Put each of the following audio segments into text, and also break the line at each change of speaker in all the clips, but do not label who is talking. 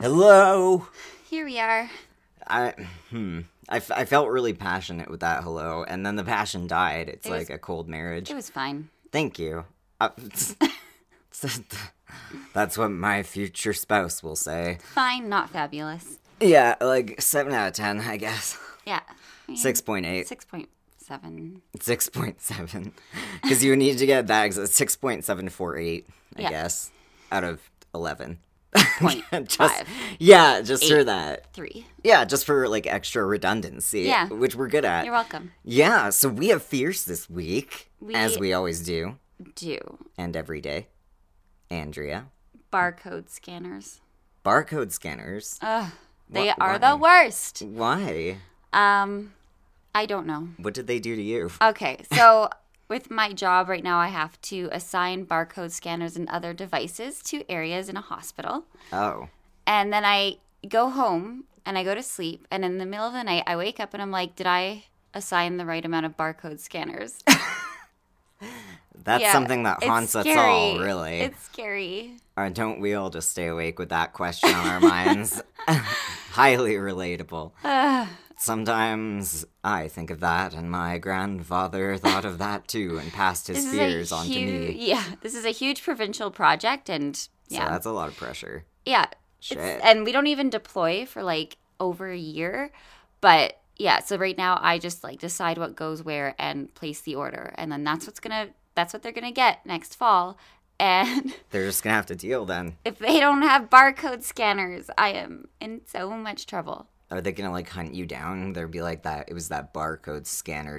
Hello.
Here we are.
I hmm. I, f- I felt really passionate with that hello, and then the passion died. It's
It was-
like a cold marriage.
It was fine.
Thank you. I- that's what my future spouse will say.
Fine, not fabulous.
Yeah, like seven out of ten, I guess.
Yeah.
Six point eight.
Six point seven.
Six point seven. Because you need to get bags at six point seven four eight, I
Yeah.
guess. Out of eleven.
Point
Just-
five.
Yeah, just for that.
Three.
Yeah, just for like extra redundancy.
Yeah.
Which we're good at.
You're welcome.
Yeah, so we have fierce this week,
We-
as we always do,
Do
and every day. Andrea,
barcode scanners.
barcode scanners.
Ugh. They
Wha-
are
why?
the worst.
Why?
Um, I don't know.
What did they do to you?
Okay, so with my job right now, I have to assign barcode scanners and other devices to areas in a hospital.
Oh,
And then I go home and I go to sleep. And in the middle of the night, I wake up and I'm like, did I assign the right amount of barcode scanners?
that's
Yeah,
something that
it's
haunts us
scary.
all, really.
It's scary.
Or don't we all just stay awake with that question on our minds? Highly relatable.
Ugh.
Sometimes I think of that, and my grandfather thought of that too and passed his
this
fears
is a
on to
huge,
me.
yeah. This is a huge provincial project, and
So
yeah,
that's a lot of pressure.
yeah.
Shit.
It's- and we don't even deploy for like over a year, but yeah. So right now, I just like decide what goes where and place the order, and then that's what's gonna that's what they're gonna get next fall. And
They're just gonna have to deal then.
if they don't have barcode scanners, I am in so much trouble.
Are they gonna like hunt you down? There'd be like that. It was that barcode scanner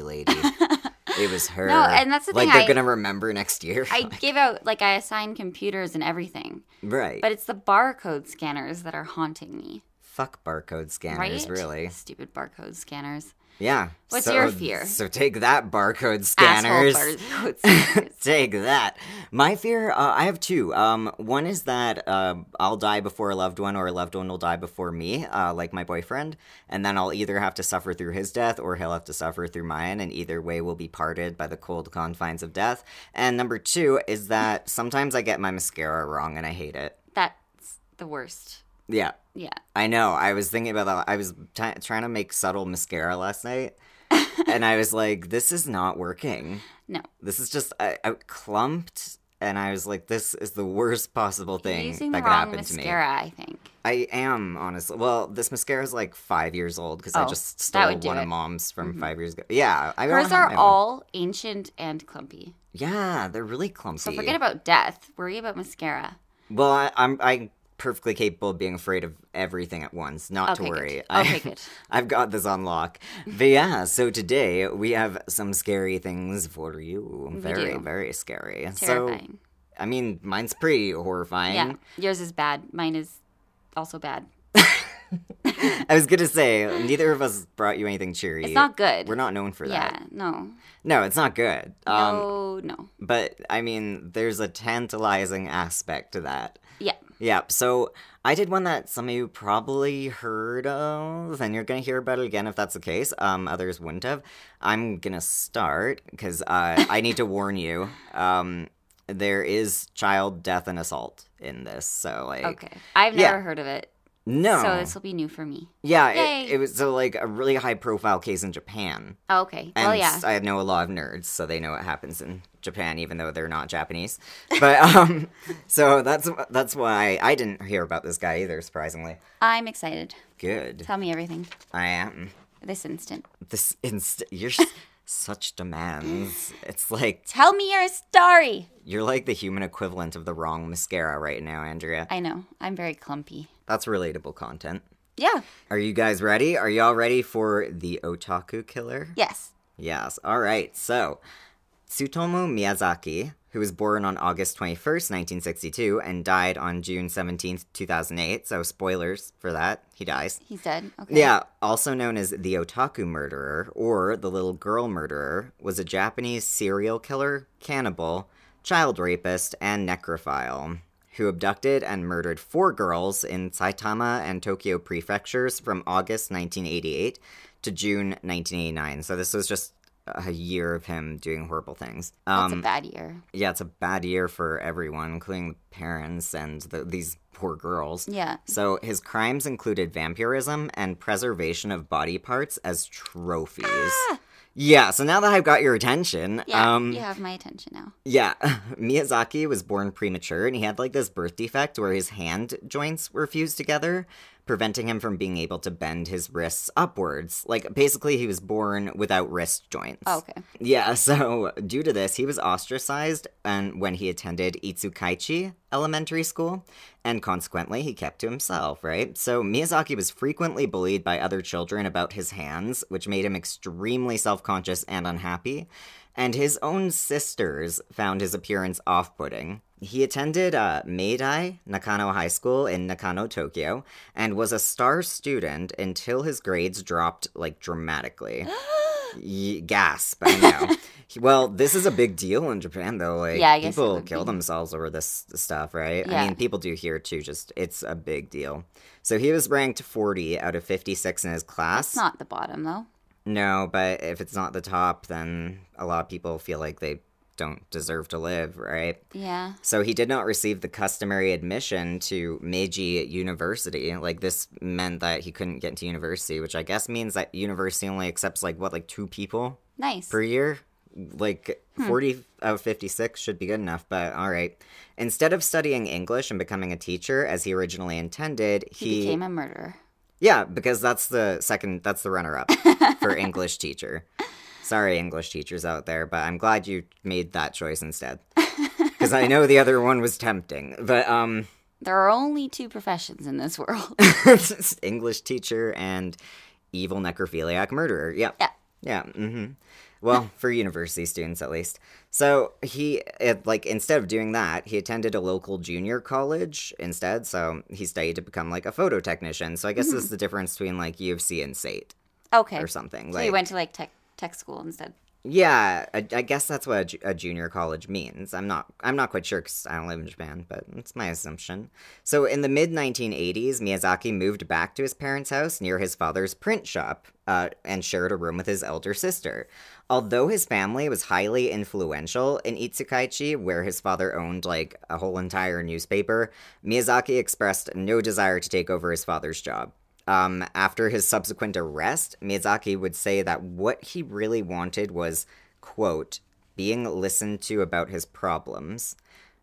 lady. it was her.
No, and that's the
like
thing,
they're
I-
gonna remember next year,
I give out like I assign computers and everything.
right?
But it's the barcode scanners that are haunting me.
Fuck barcode scanners,
Right?
really.
Stupid barcode scanners.
Yeah.
What's
So-
your fear?
So take that barcode
Asshole
scanners.
barcode scanners.
Take that. My fear, uh, I have two. Um, one is that uh, I'll die before a loved one, or a loved one will die before me, uh, like my boyfriend, and then I'll either have to suffer through his death, or he'll have to suffer through mine, and either way will be parted by the cold confines of death. And number two is that sometimes I get my mascara wrong, and I hate it.
That's the worst.
Yeah,
Yeah.
I know. I was thinking about that. I was t- trying to make subtle mascara last night, and I was like, "This is not working."
No.
this is just I, I clumped and i was like this is the worst possible
You're
thing
using
that
the
could
wrong
happen to me
mascara, I think.
i am honestly well this mascara is like five years old because i
Oh,
just
that
stole
would do
one
it. Mm-hmm.
of mom's from five years ago yeah I don't
Hers
have
are
my own.
all ancient and clumpy.
yeah they're really clumsy
So forget about death. Worry about mascara.
well I, i'm i'm perfectly capable of being afraid of everything at once not
Okay,
to
good.
worry
Okay, good.
i've got this on lock but yeah so today we have some scary things for you very
do.
very scary so
Terrifying.
I mean, mine's pretty horrifying.
yeah. Yours is bad. Mine is also bad.
I was gonna say neither of us brought you anything cheery.
It's not good.
We're not known for that.
Yeah. No.
No, it's not good. Um,
no. No.
but I mean, there's a tantalizing aspect to that.
Yeah.
Yeah. So I did one that some of you probably heard of, and you're gonna hear about it again if that's the case. Um, others wouldn't have. I'm gonna start because uh, I need to warn you. Um, there is child death and assault in this. So like,
Okay. I've
Yeah.
never heard of it.
no.
So this will be new for me.
Yeah,
Yay.
it, it was so like a really high profile case in Japan.
Oh, okay.
And
well, yeah.
s- I know a lot of nerds, so they know what happens in Japan, even though they're not Japanese. But um, so that's that's why I didn't hear about this guy either. Surprisingly,
I'm excited.
good.
Tell me everything
I am
this instant.
this inst. You're s- such demands. It's like
Tell me your story.
you're like the human equivalent of the wrong mascara right now, Andrea.
I know. I'm very clumpy.
That's relatable content.
Yeah.
Are you guys ready? Are y'all ready for the otaku killer?
Yes.
Yes. All right. So, Tsutomu Miyazaki, who was born on August 21st, 1962, and died on June 17th, 2008. So, spoilers for that. He dies.
He's dead. Okay.
Yeah, also known as the otaku murderer or the little girl murderer, was a Japanese serial killer, cannibal, child rapist, and necrophile who abducted and murdered four girls in Saitama and Tokyo prefectures from August 1988 to June 1989. So this was just a year of him doing horrible things.
That's
Um,
a bad year.
yeah, it's a bad year for everyone, including the parents and the, these poor girls.
Yeah.
So his crimes included vampirism and preservation of body parts as trophies. Yeah, so now that I've got your attention,
Ah! Yeah.
um,
you have my attention now.
yeah, Miyazaki was born premature and he had like this birth defect where his hand joints were fused together, preventing him from being able to bend his wrists upwards. Like basically he was born without wrist joints.
Oh, okay.
Yeah, so due to this, he was ostracized and when he attended Itsukaichi Elementary School, and consequently, he kept to himself, right? So Miyazaki was frequently bullied by other children about his hands, which made him extremely self-conscious and unhappy, and his own sisters found his appearance off-putting. He attended uh, Meidai Nakano High School in Nakano, Tokyo, and was a star student until his grades dropped like dramatically. Ye- gasp i know He- well this is a big deal in japan though like
Yeah, I guess it
people
would
kill
be.
themselves over this stuff right i
Yeah.
mean people do here too just it's a big deal so he was ranked 40 out of 56 in his class
It's not the bottom though.
no but if it's not the top then a lot of people feel like they don't deserve to live right
Yeah.
so he did not receive the customary admission to Meiji University. Like this meant that he couldn't get into university, which I guess means that university only accepts like what, like two people
Nice.
per year. Like
Hmm.
40 out of 56 should be good enough, but all right. Instead of studying English and becoming a teacher as he originally intended,
he, became a murderer.
yeah, because that's the second, that's the runner up for English teacher. Sorry, English teachers out there, but I'm glad you made that choice instead. Because I know the other one was tempting, but um,
There are only two professions in this world.
English teacher and evil necrophiliac murderer. Yeah.
Yeah.
Yeah. hmm Well, for university students at least. So he, it, like, instead of doing that, he attended a local junior college instead. So he studied to become like a photo technician. So I guess this is the difference between like UFC and SATE
Mm-hmm. Okay.
or something.
So
like,
you went to like tech tech school instead.
yeah, I, I guess that's what a, ju- a junior college means. I'm not I'm not quite sure because I don't live in Japan, but it's my assumption. So in the mid 1980s, Miyazaki moved back to his parents' house near his father's print shop uh, and shared a room with his elder sister. Although his family was highly influential in Itsukaichi, where his father owned like a whole entire newspaper, Miyazaki expressed no desire to take over his father's job. Um, after his subsequent arrest, Miyazaki would say that what he really wanted was, quote, being listened to about his problems.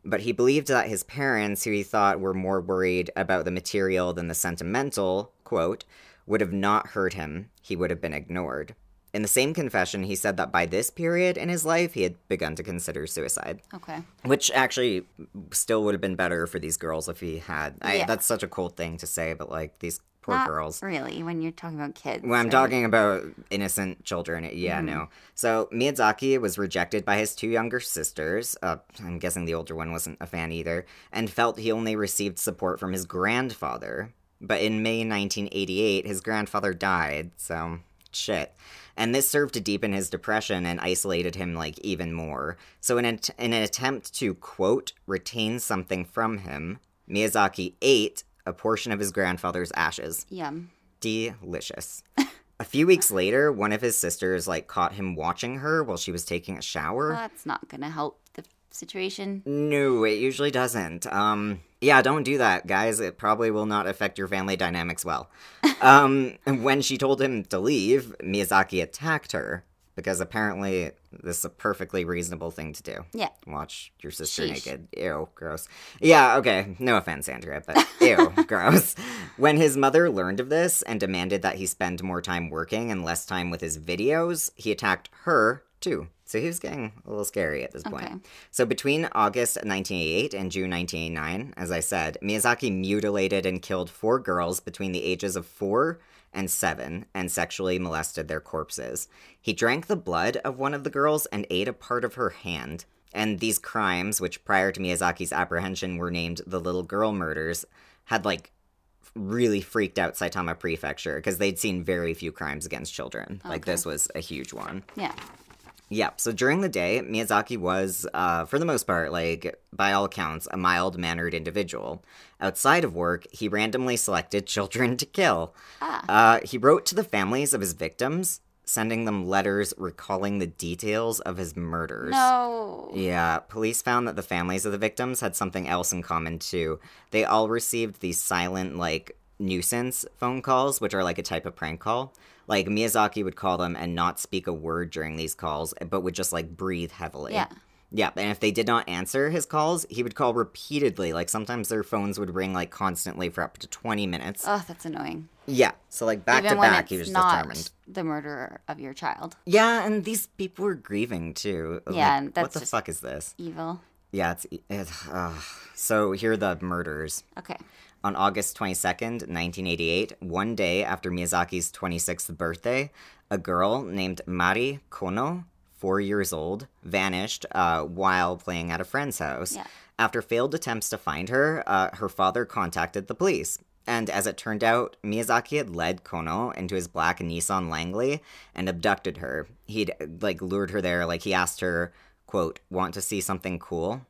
But he believed that his parents, who he thought were more worried about the material than the sentimental, quote, would have not heard him. He would have been ignored. In the same confession, he said that by this period in his life, he had begun to consider suicide
Okay.
which actually still would have been better for these girls if he had. I,
Yeah.
That's such a cold thing to say, but like these poor
Not
girls.
Really, when you're talking about kids.
When I'm
right?
talking about innocent children, yeah, no. So Miyazaki was rejected by his two younger sisters. Uh, I'm guessing the older one wasn't a fan either, and felt he only received support from his grandfather. But in May 1988, his grandfather died, so shit. And this served to deepen his depression and isolated him like even more. So in, an in an attempt to quote retain something from him, Miyazaki ate a portion of his grandfather's ashes
Yum.
delicious. a few weeks later, one of his sisters like caught him watching her while she was taking a shower.
Well, that's not gonna help the situation.
No, it usually doesn't. Um, yeah, don't do that, guys. It probably will not affect your family dynamics well. um, when she told him to leave, Miyazaki attacked her because apparently this is a perfectly reasonable thing to do.
Yeah.
Watch your sister
Sheesh.
naked. Ew, gross. Yeah, okay. No offense, Andrea, but ew, gross. When his mother learned of this and demanded that he spend more time working and less time with his videos, he attacked her too. So he was getting a little scary at this point.
Okay.
So between August 1988 and June 1989, as I said, Miyazaki mutilated and killed four girls between the ages of four and seven and sexually molested their corpses. He drank the blood of one of the girls and ate a part of her hand. And these crimes, which prior to Miyazaki's apprehension were named the Little Girl Murders, had like really freaked out Saitama Prefecture because they'd seen very few crimes against children. Like this was a huge one.
Yeah.
Yep. So during the day, Miyazaki was, uh, for the most part, like, by all accounts, a mild mannered individual. Outside of work, he randomly selected children to kill.
Ah.
Uh, he wrote to the families of his victims sending them letters recalling the details of his murders.
No.
Yeah, police found that the families of the victims had something else in common too. They all received these silent, like, nuisance phone calls, which are like a type of prank call. Like, Miyazaki would call them and not speak a word during these calls, but would just, like, breathe heavily.
Yeah.
Yeah, and if they did not answer his calls, he would call repeatedly. Like, sometimes their phones would ring, like, constantly for up to 20 minutes.
Oh, that's annoying.
yeah, so, like, back to
Even when
back,
it's
he was
not
determined.
the murderer of your child.
Yeah, and these people were grieving too.
Yeah,
Like,
and
what
that's
the
just-
fuck is this?
Evil.
Yeah, it's it, uh, so here are the murders.
Okay.
On August 22nd, 1988, one day after Miyazaki's 26th birthday, a girl named Mari Kono, four years old, vanished uh, while playing at a friend's house.
Yeah.
After failed attempts to find her, uh, her father contacted the police. And as it turned out, Miyazaki had led Kono into his black Nissan Langley and abducted her. He'd like lured her there, like he asked her, quote, want to see something cool?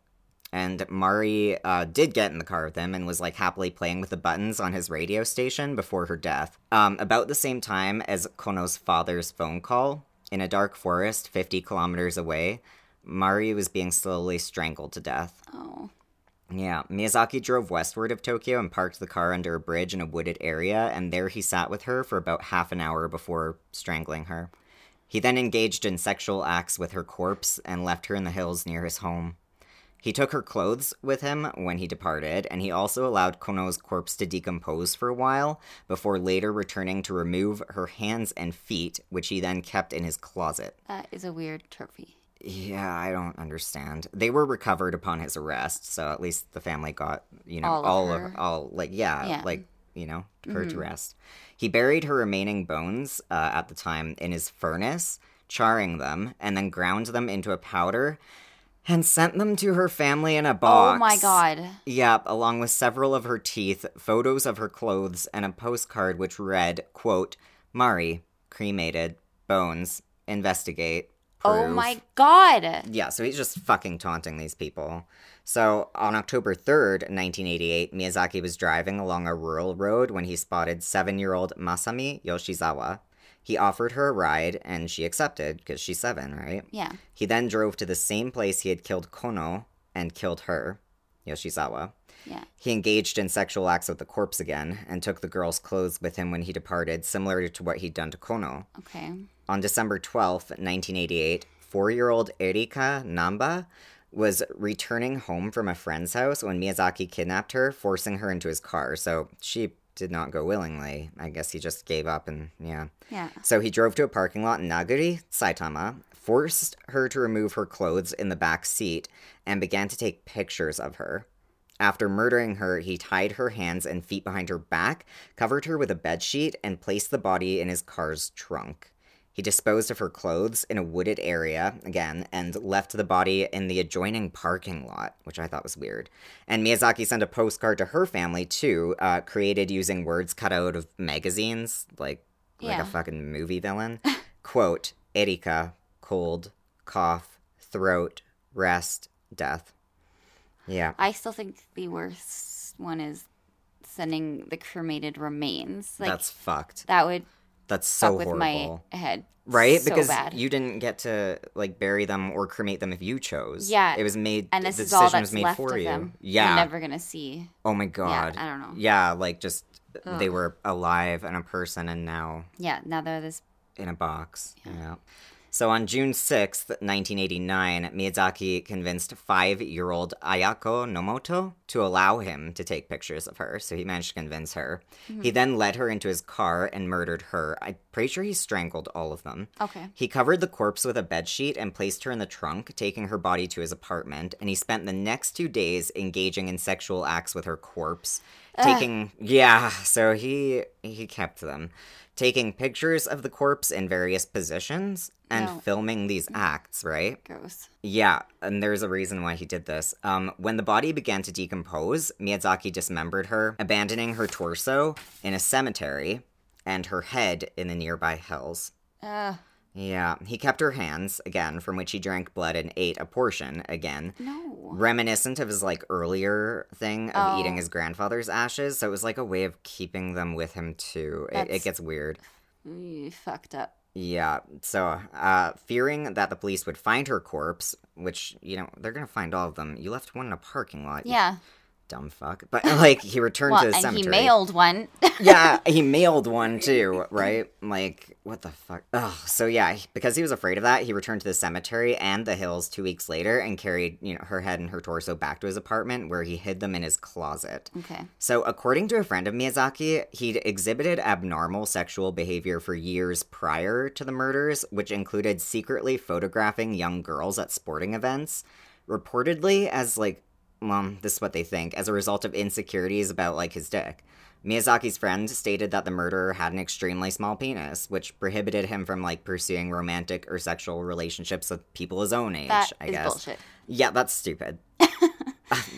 And Mari uh, did get in the car with him and was like happily playing with the buttons on his radio station before her death. Um, about the same time as Kono's father's phone call, in a dark forest 50 kilometers away, Mari was being slowly strangled to death.
Oh.
Yeah, Miyazaki drove westward of Tokyo and parked the car under a bridge in a wooded area, and there he sat with her for about half an hour before strangling her. He then engaged in sexual acts with her corpse and left her in the hills near his home. He took her clothes with him when he departed, and he also allowed Kono's corpse to decompose for a while before later returning to remove her hands and feet, which he then kept in his closet.
That is a weird trophy.
Yeah, I don't understand. They were recovered upon his arrest, so at least the family got, you know,
All of
all
her.
all like yeah,
Yeah. Mm-hmm.
like, you know, her to rest. He buried her remaining bones uh, at the time in his furnace, charring them and then ground them into a powder and sent them to her family in a box.
Oh my god.
Yep, along with several of her teeth, photos of her clothes, and a postcard which read, quote, Mari, cremated, bones, investigate.
Oh
prove."
my god.
Yeah, so he's just fucking taunting these people. So on October 3rd, 1988, Miyazaki was driving along a rural road when he spotted seven year old Masami Yoshizawa. He offered her a ride and she accepted because she's seven, right?
Yeah.
He then drove to the same place he had killed Kono and killed her, Yoshizawa.
Yeah.
He engaged in sexual acts with the corpse again and took the girl's clothes with him when he departed, similar to what he'd done to Kono.
Okay.
On December 12th, 1988, four year old Erika Namba was returning home from a friend's house when Miyazaki kidnapped her, forcing her into his car. So she did not go willingly. I guess he just gave up and, yeah.
Yeah.
So he drove to a parking lot in Nagari, Saitama, forced her to remove her clothes in the back seat, and began to take pictures of her. After murdering her, he tied her hands and feet behind her back, covered her with a bedsheet, and placed the body in his car's trunk. He disposed of her clothes in a wooded area again and left the body in the adjoining parking lot, which I thought was weird. And Miyazaki sent a postcard to her family too, uh, created using words cut out of magazines, like like a
Yeah.
fucking movie villain. Quote: Erika, cold, cough, throat, rest, death. Yeah.
I still think the worst one is sending the cremated remains. Like
that's fucked.
that would
That's
fuck
so
with
horrible.
my head.
right
So
because
bad.
you didn't get to like bury them or cremate them if you chose
Yeah,
it was made
and this
the
is all
decision
that's
was made
left
for
of
you
them.
yeah
You're never gonna see.
oh my god
I don't know.
yeah like just they were alive and a person and now
Yeah. Now they're this.
in a box yeah. so on june 6th 1989 miyazaki convinced five-year-old ayako nomoto to allow him to take pictures of her so he managed to convince her he then led her into his car and murdered her i'm pretty sure he strangled all of them
Okay.
he covered the corpse with a bedsheet and placed her in the trunk, taking her body to his apartment, and he spent the next two days engaging in sexual acts with her corpse. Taking yeah, so he he kept them. Taking pictures of the corpse in various positions and
No.
filming these acts, right?
Gross.
Yeah, and there's a reason why he did this. Um, when the body began to decompose, Miyazaki dismembered her, abandoning her torso in a cemetery and her head in the nearby hills.
Uh,
Yeah, he kept her hands again, from which he drank blood and ate a portion again.
no.
Reminiscent of his like earlier thing of
Oh.
eating his grandfather's ashes, so it was like a way of keeping them with him too. It, it
That's-
gets weird.
Mm, fucked up.
Yeah. So, uh, fearing that the police would find her corpse, which, you know, they're going to find all of them. You left one in a parking lot. you
Yeah.
dumb fuck. But, like, he returned
Well,
to the
and
cemetery.
he mailed one.
yeah, he mailed one too, right? Like, what the fuck? Ugh. So yeah, because he was afraid of that, he returned to the cemetery and the hills two weeks later and carried, you know, her head and her torso back to his apartment where he hid them in his closet.
okay.
So, according to a friend of Miyazaki, he'd exhibited abnormal sexual behavior for years prior to the murders, which included secretly photographing young girls at sporting events, reportedly as like, well, this is what they think, as a result of insecurities about like his dick. Miyazaki's friend stated that the murderer had an extremely small penis, which prohibited him from like pursuing romantic or sexual relationships with people his own age.
That is
I guess.
bullshit.
Yeah, that's stupid.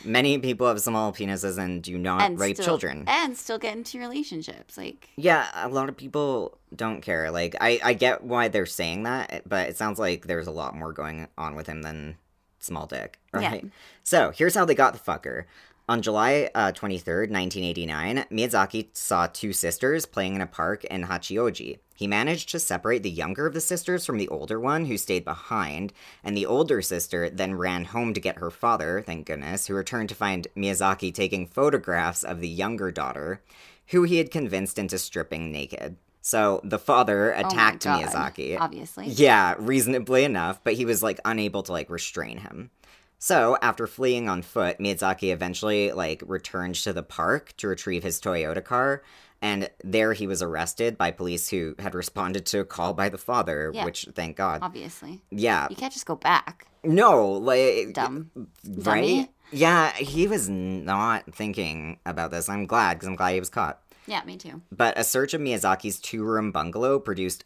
Many people have small penises and do not rape
still, Eh.
children.
And still get into relationships. Like,
yeah, a lot of people don't care. Like, I, I get why they're saying that, but it sounds like there's a lot more going on with him than small dick,
Yeah.
right? So, here's how they got the fucker. On July uh, 23rd, 1989, Miyazaki saw two sisters playing in a park in Hachioji. He managed to separate the younger of the sisters from the older one, who stayed behind, and the older sister then ran home to get her father, thank goodness, who returned to find Miyazaki taking photographs of the younger daughter, who he had convinced into stripping naked. So the father
oh my
attacked
God,
Miyazaki.
Obviously.
Yeah, reasonably enough, but he was like unable to like restrain him. So, after fleeing on foot, Miyazaki eventually like returned to the park to retrieve his Toyota car, and there he was arrested by police who had responded to a call by the father,
Yeah.
which thank God.
Obviously.
yeah.
You can't just go back.
No, like
Dumb.
right?
dummy.
Yeah, he was not thinking about this. I'm glad cuz I'm glad he was caught.
Yeah, me too.
But a search of Miyazaki's two room bungalow produced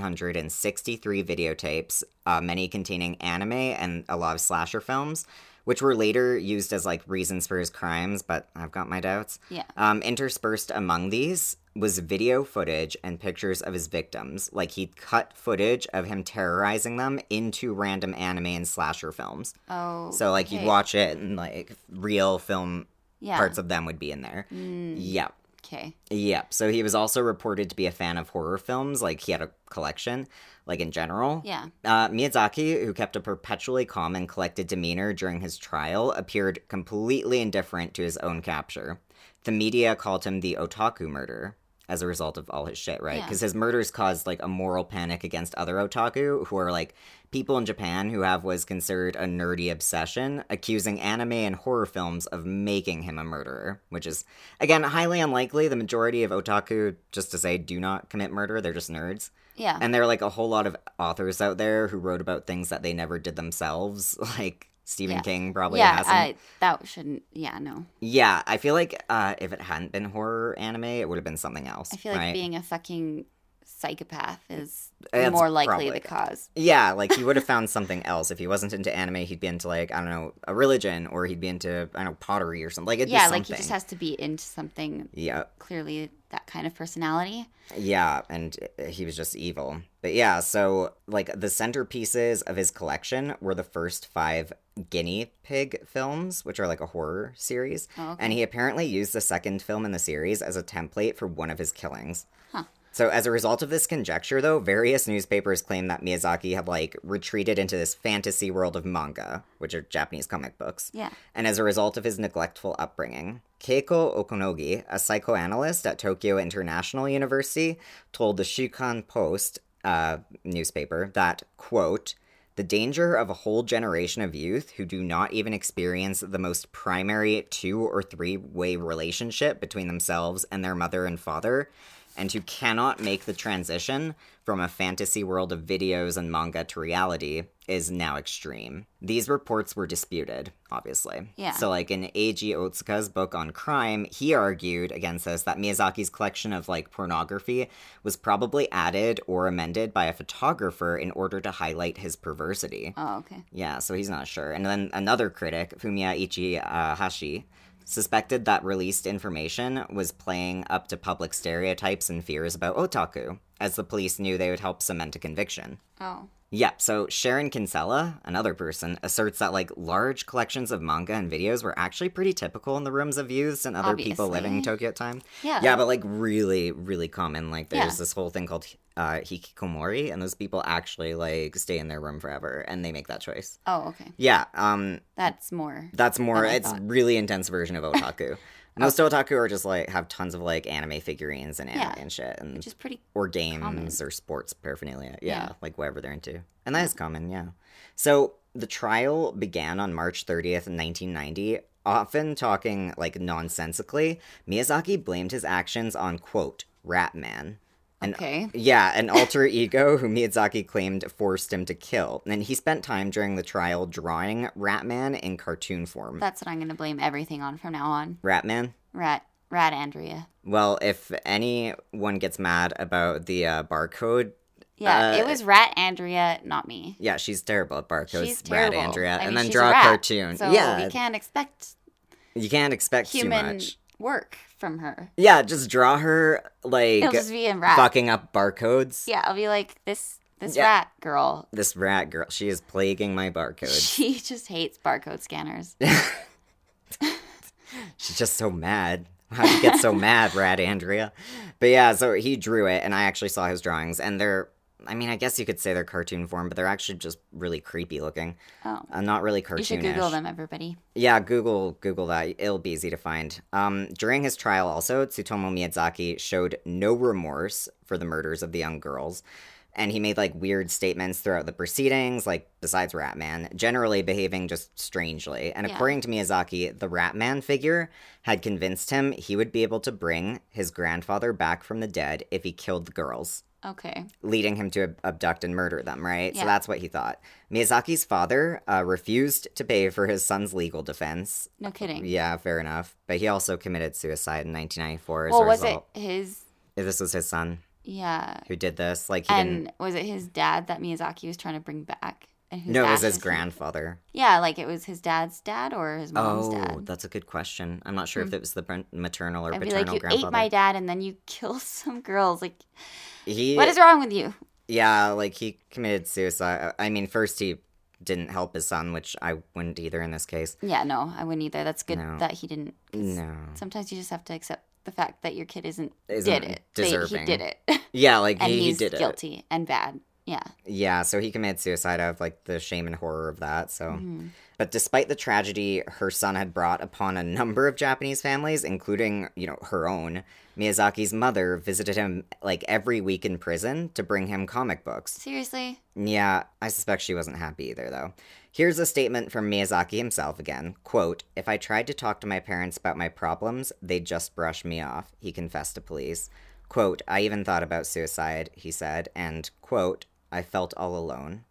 5,763 videotapes, uh, many containing anime and a lot of slasher films, which were later used as like reasons for his crimes, but I've got my doubts.
Yeah.
Um, interspersed among these was video footage and pictures of his victims. Like he cut footage of him terrorizing them into random anime and slasher films.
Oh.
So like you'd
okay.
watch it and like real film
yeah. Mm, Mm-hmm.
parts of them would be in there. Yep.
Okay.
Yep. So he was also reported to be a fan of horror films. Like he had a collection, like in general.
Yeah.
Uh, Miyazaki, who kept a perpetually calm and collected demeanor during his trial, appeared completely indifferent to his own capture. The media called him the otaku murderer as a result of all his shit, right?
Yeah.
Because his murders caused like a moral panic against other otaku, who are like people in Japan who have was considered a nerdy obsession, accusing anime and horror films of making him a murderer, which is again highly unlikely. The majority of otaku, just to say, do not commit murder; they're just nerds.
Yeah.
And there are like a whole lot of authors out there who wrote about things that they never did themselves, like Stephen
Yeah.
King probably
yeah. uh,
hasn't.
I, that shouldn't. Yeah. No.
yeah, I feel like uh, if it hadn't been horror anime, it would have been something else.
I feel like
right?
being a fucking psychopath is
That's
more likely
probably-
the cause.
Yeah, like he would have found something else. If he wasn't into anime, he'd be into like, I don't know, a religion or he'd be into, I don't know, pottery or something. Like, it'd
yeah.
be something.
Like he just has to be into something.
yeah,
Clearly, that kind of personality.
Yeah, and uh, he was just evil. But yeah, so like the centerpieces of his collection were the first five guinea pig films, which are like a horror series.
Oh, okay.
And he apparently used the second film in the series as a template for one of his killings.
Huh.
So, as a result of this conjecture, though, various newspapers claim that Miyazaki had like retreated into this fantasy world of manga, which are Japanese comic books
Yeah.
and as a result of his neglectful upbringing. Keiko Okonogi, a psychoanalyst at Tokyo International University, told the Shukan Post uh, newspaper that, quote, the danger of a whole generation of youth who do not even experience the most primary two or three way relationship between themselves and their mother and father, and who cannot make the transition from a fantasy world of videos and manga to reality is now extreme. These reports were disputed, obviously.
Yeah.
So, like in A.G. Otsuka's book on crime, he argued against this that Miyazaki's collection of like pornography was probably added or amended by a photographer in order to highlight his perversity.
Oh. Okay.
Yeah, so he's not sure. And then another critic, Fumiya Ichi uh, Hashi, suspected that released information was playing up to public stereotypes and fears about otaku, as the police knew they would help cement a conviction.
Oh.
Yep, so Sharon Kinsella, another person, asserts that like large collections of manga and videos were actually pretty typical in the rooms of youths and other people living in
Obviously.
Tokyo at the time.
Yeah.
Yeah, but like really, really common. Like there's
Yeah.
this whole thing called uh, hikikomori, and those people actually like stay in their room forever and they make that choice.
Oh, okay.
Yeah, um,
That's more.
that's more.
Than I
It's
thought.
really intense version of otaku. Most otaku are just like have tons of like anime figurines and anime
Yeah.
and shit, and
Which is pretty.
or games
Common.
or sports paraphernalia. Yeah,
Yeah.
like whatever they're into. And that is common, yeah. So the trial began on March 30th, 1990. Often talking like nonsensically, Miyazaki blamed his actions on quote, Rat Man. And uh,
Okay.
yeah, an alter ego who Miyazaki claimed forced him to kill. And he spent time during the trial drawing Ratman in cartoon form.
That's what I'm going to blame everything on from now on.
Ratman?
Rat, Rat Andrea.
Well, if anyone gets mad about the uh, barcode
Yeah,
Uh,
it was Rat Andrea, not me.
Yeah, she's terrible at barcodes.
She's
Brad
terrible.
Andrea,
I
and
mean,
then
she's
draw a,
rat,
cartoon.
So
yeah,
we can't expect
you can't expect too
human
much.
work from her.
Yeah, just draw her like
It'll just be in rat.
fucking up barcodes.
Yeah, I'll be like this this
Yeah.
rat girl.
This rat girl, she is plaguing my barcode.
She just hates barcode scanners.
She's just so mad. How'd you get so mad, Rat Andrea? But yeah, so he drew it, and I actually saw his drawings, and they're. I mean, I guess you could say they're cartoon form, but they're actually just really creepy looking.
Oh,
Uh, not really cartoonish.
you should Google them, everybody.
Yeah, Google Google that. It'll be easy to find. Um, during his trial, also Tsutomu Miyazaki showed no remorse for the murders of the young girls, and he made like weird statements throughout the proceedings. Like besides Ratman, generally behaving just strangely. And
Yeah.
according to Miyazaki, the Ratman figure had convinced him he would be able to bring his grandfather back from the dead if he killed the girls
Okay.
leading him to ab- abduct and murder them, right? So
Yeah.
that's what he thought. Miyazaki's father uh, refused to pay for his son's legal defense.
No kidding.
Yeah, fair enough. But he also committed suicide in 1994 as
well,
a
was it
result.
his?
If This was his son
Yeah.
who did this. Like he didn't.
And was it his dad that Miyazaki was trying to bring back? And whose
No, it was
dad
his
he-
grandfather.
Yeah, like it was his dad's dad or his mom's
oh,
dad. Hmm.
that's a good question. I'm not sure if it was the pr- maternal or
I'd be
paternal
like, you
grandfather.
ate my dad and then you killed some girls. Like,
he,
what is wrong with you?
Yeah, like he committed suicide. I mean, first he didn't help his son, which I wouldn't either in this case.
Yeah, no, I wouldn't either. That's good
No.
that he didn't. 'cause
No.
Sometimes you just have to accept the fact that your kid isn't,
Isn't
did it.
deserving.
They, he did it,
Yeah, like
and
he, he
he's
did it.
guilty and bad. Yeah.
Yeah, so he committed suicide out of like the shame and horror of that. So,
Mm-hmm.
but despite the tragedy her son had brought upon a number of Japanese families, including you know her own, Miyazaki's mother visited him like every week in prison to bring him comic books.
Seriously.
Yeah, I suspect she wasn't happy either though. Here's a statement from Miyazaki himself again. Quote, if I tried to talk to my parents about my problems, they'd just brush me off, he confessed to police. Quote, I even thought about suicide, he said, and quote, I felt all alone.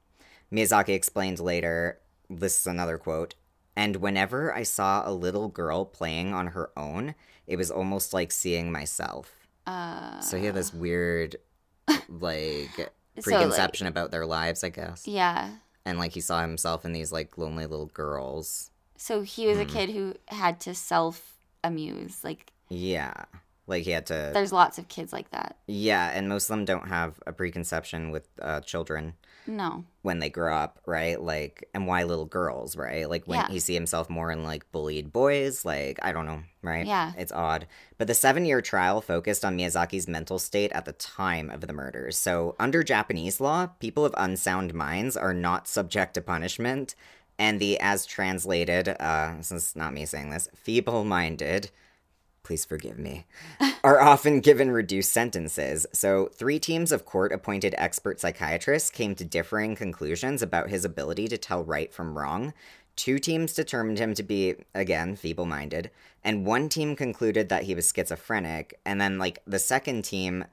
Miyazaki explained later, this is another quote, and whenever I saw a little girl playing on her own, it was almost like seeing myself.
Uh,
So he had this weird, like,
like-
preconception about their lives, I guess.
yeah.
And like he saw himself in these like lonely little girls.
So he was a
Hmm.
kid who had to self amuse. Like,
Yeah. Like he had to.
there's lots of kids like that.
Yeah, and most of them don't have a preconception with uh, children
No.
when they grow up, right? Like, and why little girls, right? Like, when
Yeah.
he see himself more in like bullied boys, like I don't know, right?
Yeah.
it's odd. But the seven-year trial focused on Miyazaki's mental state at the time of the murders. So, under Japanese law, people of unsound minds are not subject to punishment, and the as translated, uh, this is not me saying this, feeble-minded. Please forgive me are often given reduced sentences. So, three teams of court appointed expert psychiatrists came to differing conclusions about his ability to tell right from wrong. Two teams determined him to be, again, feeble minded, and one team concluded that he was schizophrenic. And then, like, the second team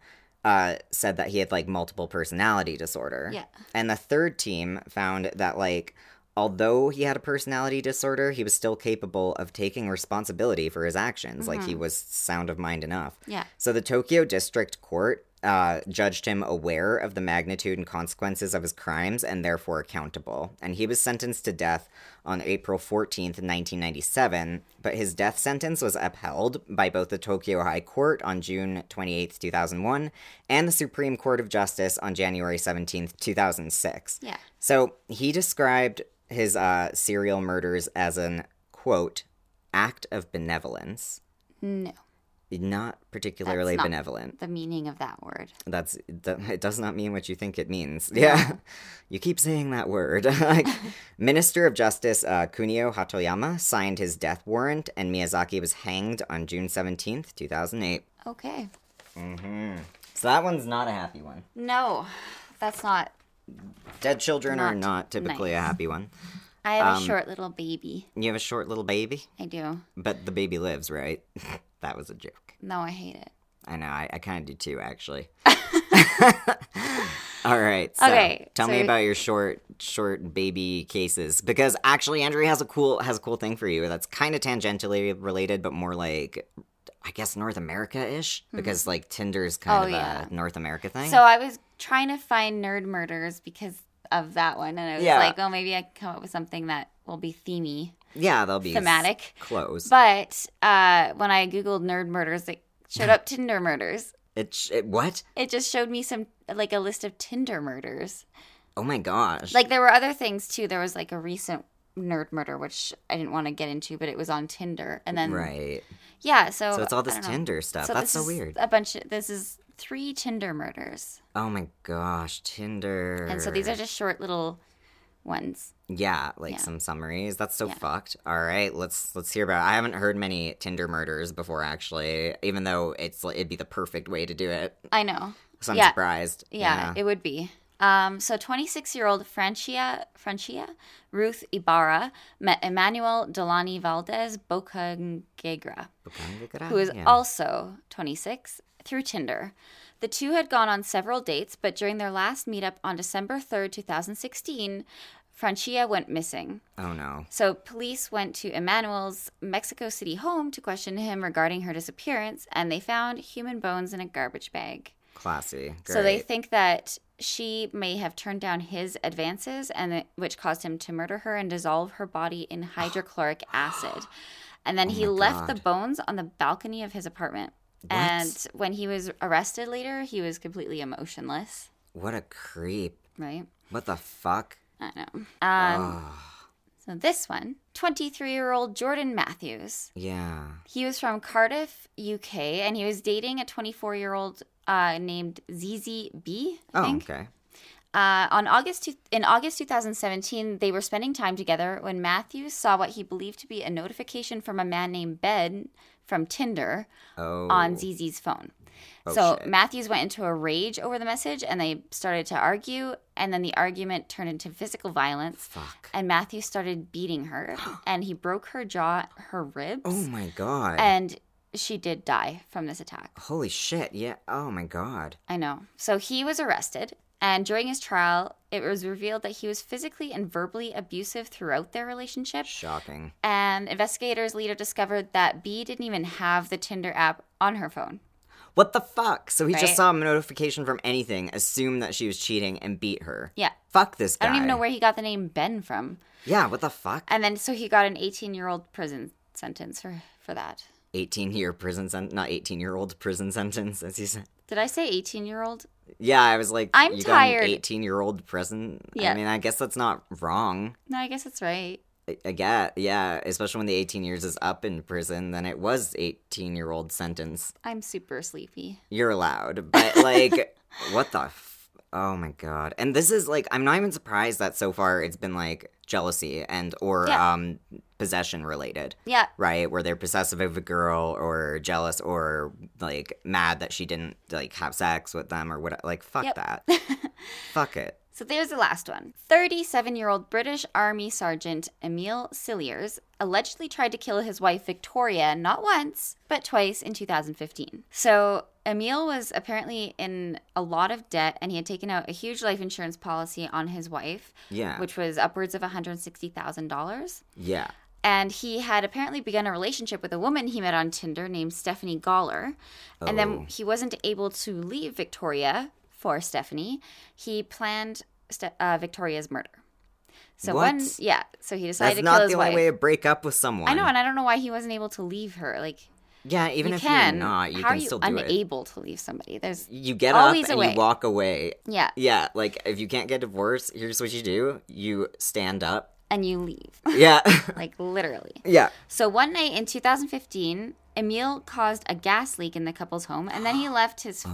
uh, said that he had, like, multiple personality disorder.
Yeah.
And the third team found that, like, although he had a personality disorder, he was still capable of taking responsibility for his actions. Like, he was sound of mind enough.
Mm-hmm. Yeah.
So the Tokyo District Court uh, judged him aware of the magnitude and consequences of his crimes and therefore accountable. And he was sentenced to death on April 14th, 1997, but his death sentence was upheld by both the Tokyo High Court on June 28th, 2001, and the Supreme Court of Justice on January 17th, 2006.
Yeah.
So he described his uh, serial murders as an, quote, act of benevolence.
No.
Not particularly
not-
benevolent.
The meaning of that word.
That's that, it does not mean what you think it means. Yeah, you keep saying that word. Like, Minister of Justice uh, Kunio Hatoyama signed his death warrant, and Miyazaki was hanged on June seventeenth, two thousand eight.
Okay.
So that one's not a happy one.
No, that's not.
Dead children are
Not
not typically a
nice.
happy one.
I have
Um,
a short little baby.
You have a short little baby,
I do.
but the baby lives, right? that was a joke.
No, I hate it.
I know. I, I kind of do too, actually. All right. So
Okay,
Tell me
so-
about your short, short baby cases because actually, Andrew has a cool has a cool thing for you that's kind of tangentially related, but more like, I guess, North America ish because like Tinder's kind
Mm-hmm. Oh,
of
yeah.
a North America thing.
So I was trying to find nerd murders because of that one, and I was
Yeah.
like, oh, maybe I can come up with something that will be themey,
yeah, they'll be s-
thematic.
close.
But uh, when I googled nerd murders, it showed up Tinder murders.
it, sh- it what?
It just showed me some like a list of Tinder murders.
Oh my gosh!
Like there were other things too. There was like a recent nerd murder which I didn't want to get into, but it was on Tinder, and then
right.
yeah, um, so
So it's all
I
this
don't know.
Tinder stuff.
So
that's
this
so
is
weird.
A bunch of this is three Tinder murders,
Oh my gosh, Tinder.
and so these are just short little ones.
Yeah, like
Yeah.
some summaries. That's so
Yeah.
fucked. All right, let's let's hear about. It. I haven't heard many Tinder murders before, actually. Even though it's like, it'd be the perfect way to do it.
I know.
So I'm
Yeah.
surprised.
Yeah, it would be. Um, so 26 year old Francia, Francia Ruth Ibarra met Emmanuel Delani Valdez Bocanegra,
Yeah.
who is
Yeah.
also 26, through Tinder. The two had gone on several dates, but during their last meetup on December 3rd, 2016, Francia went missing.
Oh no.
So police went to Emmanuel's Mexico City home to question him regarding her disappearance, and they found human bones in a garbage bag.
Classy. Great.
So they think that she may have turned down his advances, and it, which caused him to murder her and dissolve her body in hydrochloric acid. And then he
Oh my
left the
God.
bones on the balcony of his apartment. And when he was arrested later, he was completely emotionless.
What a creep.
Right?
What the fuck?
I know. Um,
Ah.
so this one, 23 year old Jordan Matthews.
Yeah.
He was from Cardiff, UK, and he was dating a 24 year old uh, named Zizi B. I
Oh,
think.
okay.
Uh, on August two- in August 2017, they were spending time together when Matthews saw what he believed to be a notification from a man named Ben from Tinder
Oh.
on ZZ's phone.
Oh,
so
shit.
Matthews went into a rage over the message, and they started to argue. And then the argument turned into physical violence.
Fuck.
And Matthews started beating her, and he broke her jaw, her ribs,
Oh my god.
and she did die from this attack.
Holy shit. Yeah. Oh my god.
I know. So he was arrested, and during his trial, it was revealed that he was physically and verbally abusive throughout their relationship.
Shocking.
And investigators later discovered that B didn't even have the Tinder app on her phone.
What the fuck? So he just
Right?
saw a notification from anything, assumed that she was cheating, and beat her.
Yeah.
Fuck this guy.
I don't even know where he got the name Ben from.
Yeah, what the fuck?
And then, so he got an 18 year old prison sentence for, for that.
18 year prison sentence, not 18 year old prison sentence, as you said.
Did I say 18 year old?
Yeah, I was like,
I'm
you
tired.
18 year old prison. I
Yeah.
mean, I guess that's not wrong.
No, I guess that's right.
I, I get, yeah, especially when the 18 years is up in prison, then it was 18 year old sentence.
I'm super sleepy.
You're allowed, but like, what the? F- oh my god! And this is like, I'm not even surprised that so far it's been like jealousy and or
Yeah.
um possession related.
Yeah.
right where they're possessive of a girl or jealous or like mad that she didn't like have sex with them or what like fuck
Yep.
that fuck it
So there's the last one. 37 year old British Army Sergeant Emil Silliers allegedly tried to kill his wife Victoria not once, but twice in 2015. So Emil was apparently in a lot of debt and he had taken out a huge life insurance policy on his wife,
yeah
which was upwards of $160,000.
yeah
and he had apparently begun a relationship with a woman he met on Tinder named Stephanie Galler. And
Oh.
then he wasn't able to leave Victoria for Stephanie. He planned Ste- uh, Victoria's murder. So
What?
one, yeah. So he decided
That's
to kill
not
his
the
wife.
only way to break up with someone.
I know, and I don't know why he wasn't able to leave her. Like
Yeah, even
you
if
can,
you're not, you
how
can
are you
still do it.
unable to leave somebody? There's
You get
Always
up and
away.
you walk away.
yeah,
Yeah, like if you can't get divorced, here's what you do: you stand up.
and you leave,
Yeah,
like literally.
yeah.
So one night in 2015, Emil caused a gas leak in the couple's home, and then he left his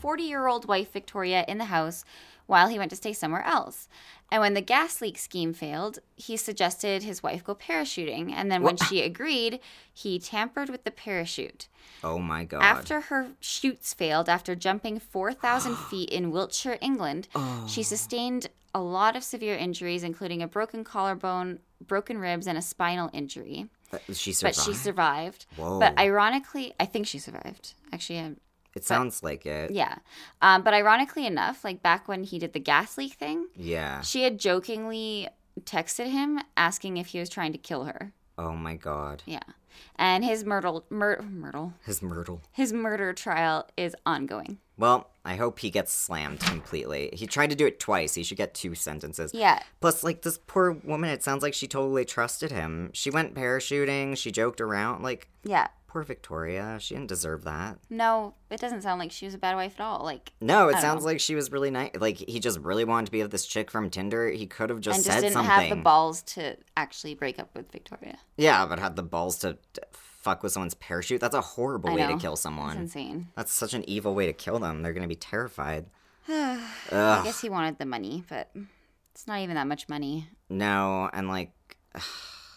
40 year old wife, Victoria, in the house while he went to stay somewhere else. And when the gas leak scheme failed, he suggested his wife go parachuting. And then when she agreed, he tampered with the parachute.
Oh my god.
After her shoots failed, after jumping 4,000 feet in Wiltshire, England, she sustained a lot of severe injuries, including a broken collarbone, broken ribs, and a spinal injury.
Uh, she
But
survived.
she survived.
Whoa.
But ironically, I think she survived. Actually, i
it sounds like it.
yeah. Um, but ironically enough, like back when he did the gas leak thing,
Yeah.
she had jokingly texted him asking if he was trying to kill her.
Oh my god.
Yeah. And his Myrtle, Myr- Myrtle,
His Myrtle.
his murder trial is ongoing.
Well, I hope he gets slammed completely. He tried to do it twice. He should get two sentences.
Yeah.
Plus, like this poor woman, it sounds like she totally trusted him. She went parachuting. She joked around. Like
Yeah.
poor Victoria. She didn't deserve that.
No, it doesn't sound like she was a bad wife at all. Like,
No, it sounds like she was really nice. Like he just really wanted to be with this chick from Tinder. He could have just
and just
said
didn't
something.
have the balls to actually break up with Victoria.
yeah, but had the balls to to fuck with someone's parachute. That's a horrible
I
way to
know.
kill
It's
someone.
insane.
That's such an evil way to kill them. They're gonna be terrified.
I guess he wanted the money, but it's not even that much money.
No, and like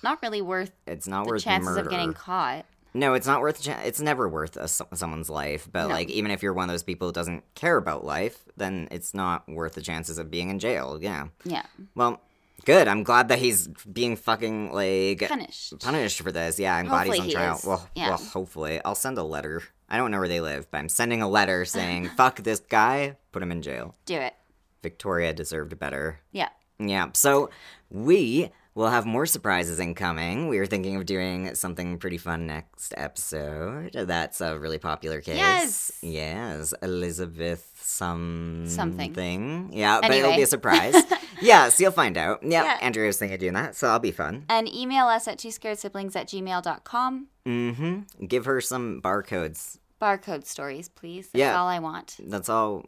Not really worth
it's not
the
worth
chances
murder.
of getting caught.
No, it's not worth. Cha- it's never worth a, so- someone's life. But like, even if you're one of those people who doesn't care about life, then it's not worth the chances of being in jail. Yeah.
Yeah.
Well, good. I'm glad that he's being fucking like
Punished.
punished for this. Yeah, I'm glad he's on
Hopefully he
trial.
is.
Well,
Yeah.
well, hopefully, I'll send a letter. I don't know where they live, but I'm sending a letter saying "fuck this guy, put him in jail."
Do it.
Victoria deserved better.
Yeah.
Yeah, so we will have more surprises incoming. We are thinking of doing something pretty fun next episode. That's a really popular case.
Yes.
Yes, Elizabeth some
Something.
thing. Yeah, but it'll be
Anyway.
a surprise. yeah, so you'll find out. Yeah,
Yeah.
Andrew was thinking of doing that, so that'll be fun.
And email us at two scared siblings at gmail.com.
Mm-hmm. Give her some barcodes.
Barcode stories, please. That's
Yeah.
all I want.
That's all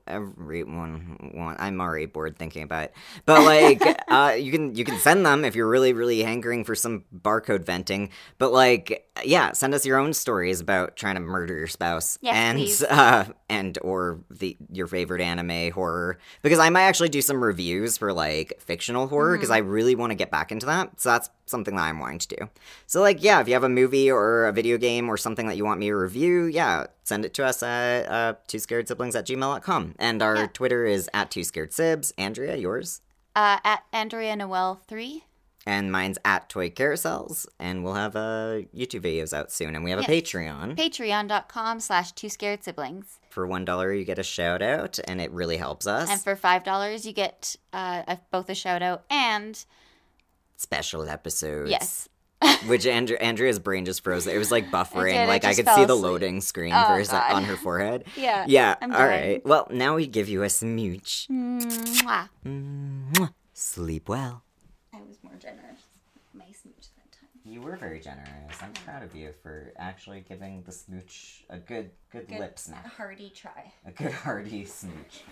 everyone wants. I'm already bored thinking about it. But like, uh, you can you can send them if you're really really hankering for some barcode venting. But like, yeah, send us your own stories about trying to murder your spouse
Yes,
and
please.
uh, and or the your favorite anime horror. Because I might actually do some reviews for like fictional horror
Mm-hmm.
because I really want to get back into that. So that's something that I'm wanting to do. So like, yeah, if you have a movie or a video game or something that you want me to review, yeah, send it to us at uh, two scared siblings at gmail.com. And our Twitter is at two scared sibs. Andrea, yours.
Uh, at Andrea Noel 3.
And mine's at Toy Carousels, and we'll have uh, YouTube videos out soon, and we have a Patreon.
Patreon.com slash two scared siblings.
for one dollar, you get a shout out, and it really helps us.
And for $5, you get uh, a, both a shout out and,
special episodes.
yes,
Which Andrew, Andrea's brain just froze. It was like buffering.
did, I
like I,
just
could
fell
see the
asleep.
loading screen
Oh,
for her, se-
God.
on her forehead.
Yeah,
Yeah.
I'm
all
done. Hmm.
right. Well, now we give you a smooch.
Mwah.
Sleep well.
I was more generous. with My smooch that time.
You were very generous. I'm proud of you for actually giving the smooch a good, good,
Good
lip smack,
hearty try.
a good hearty smooch.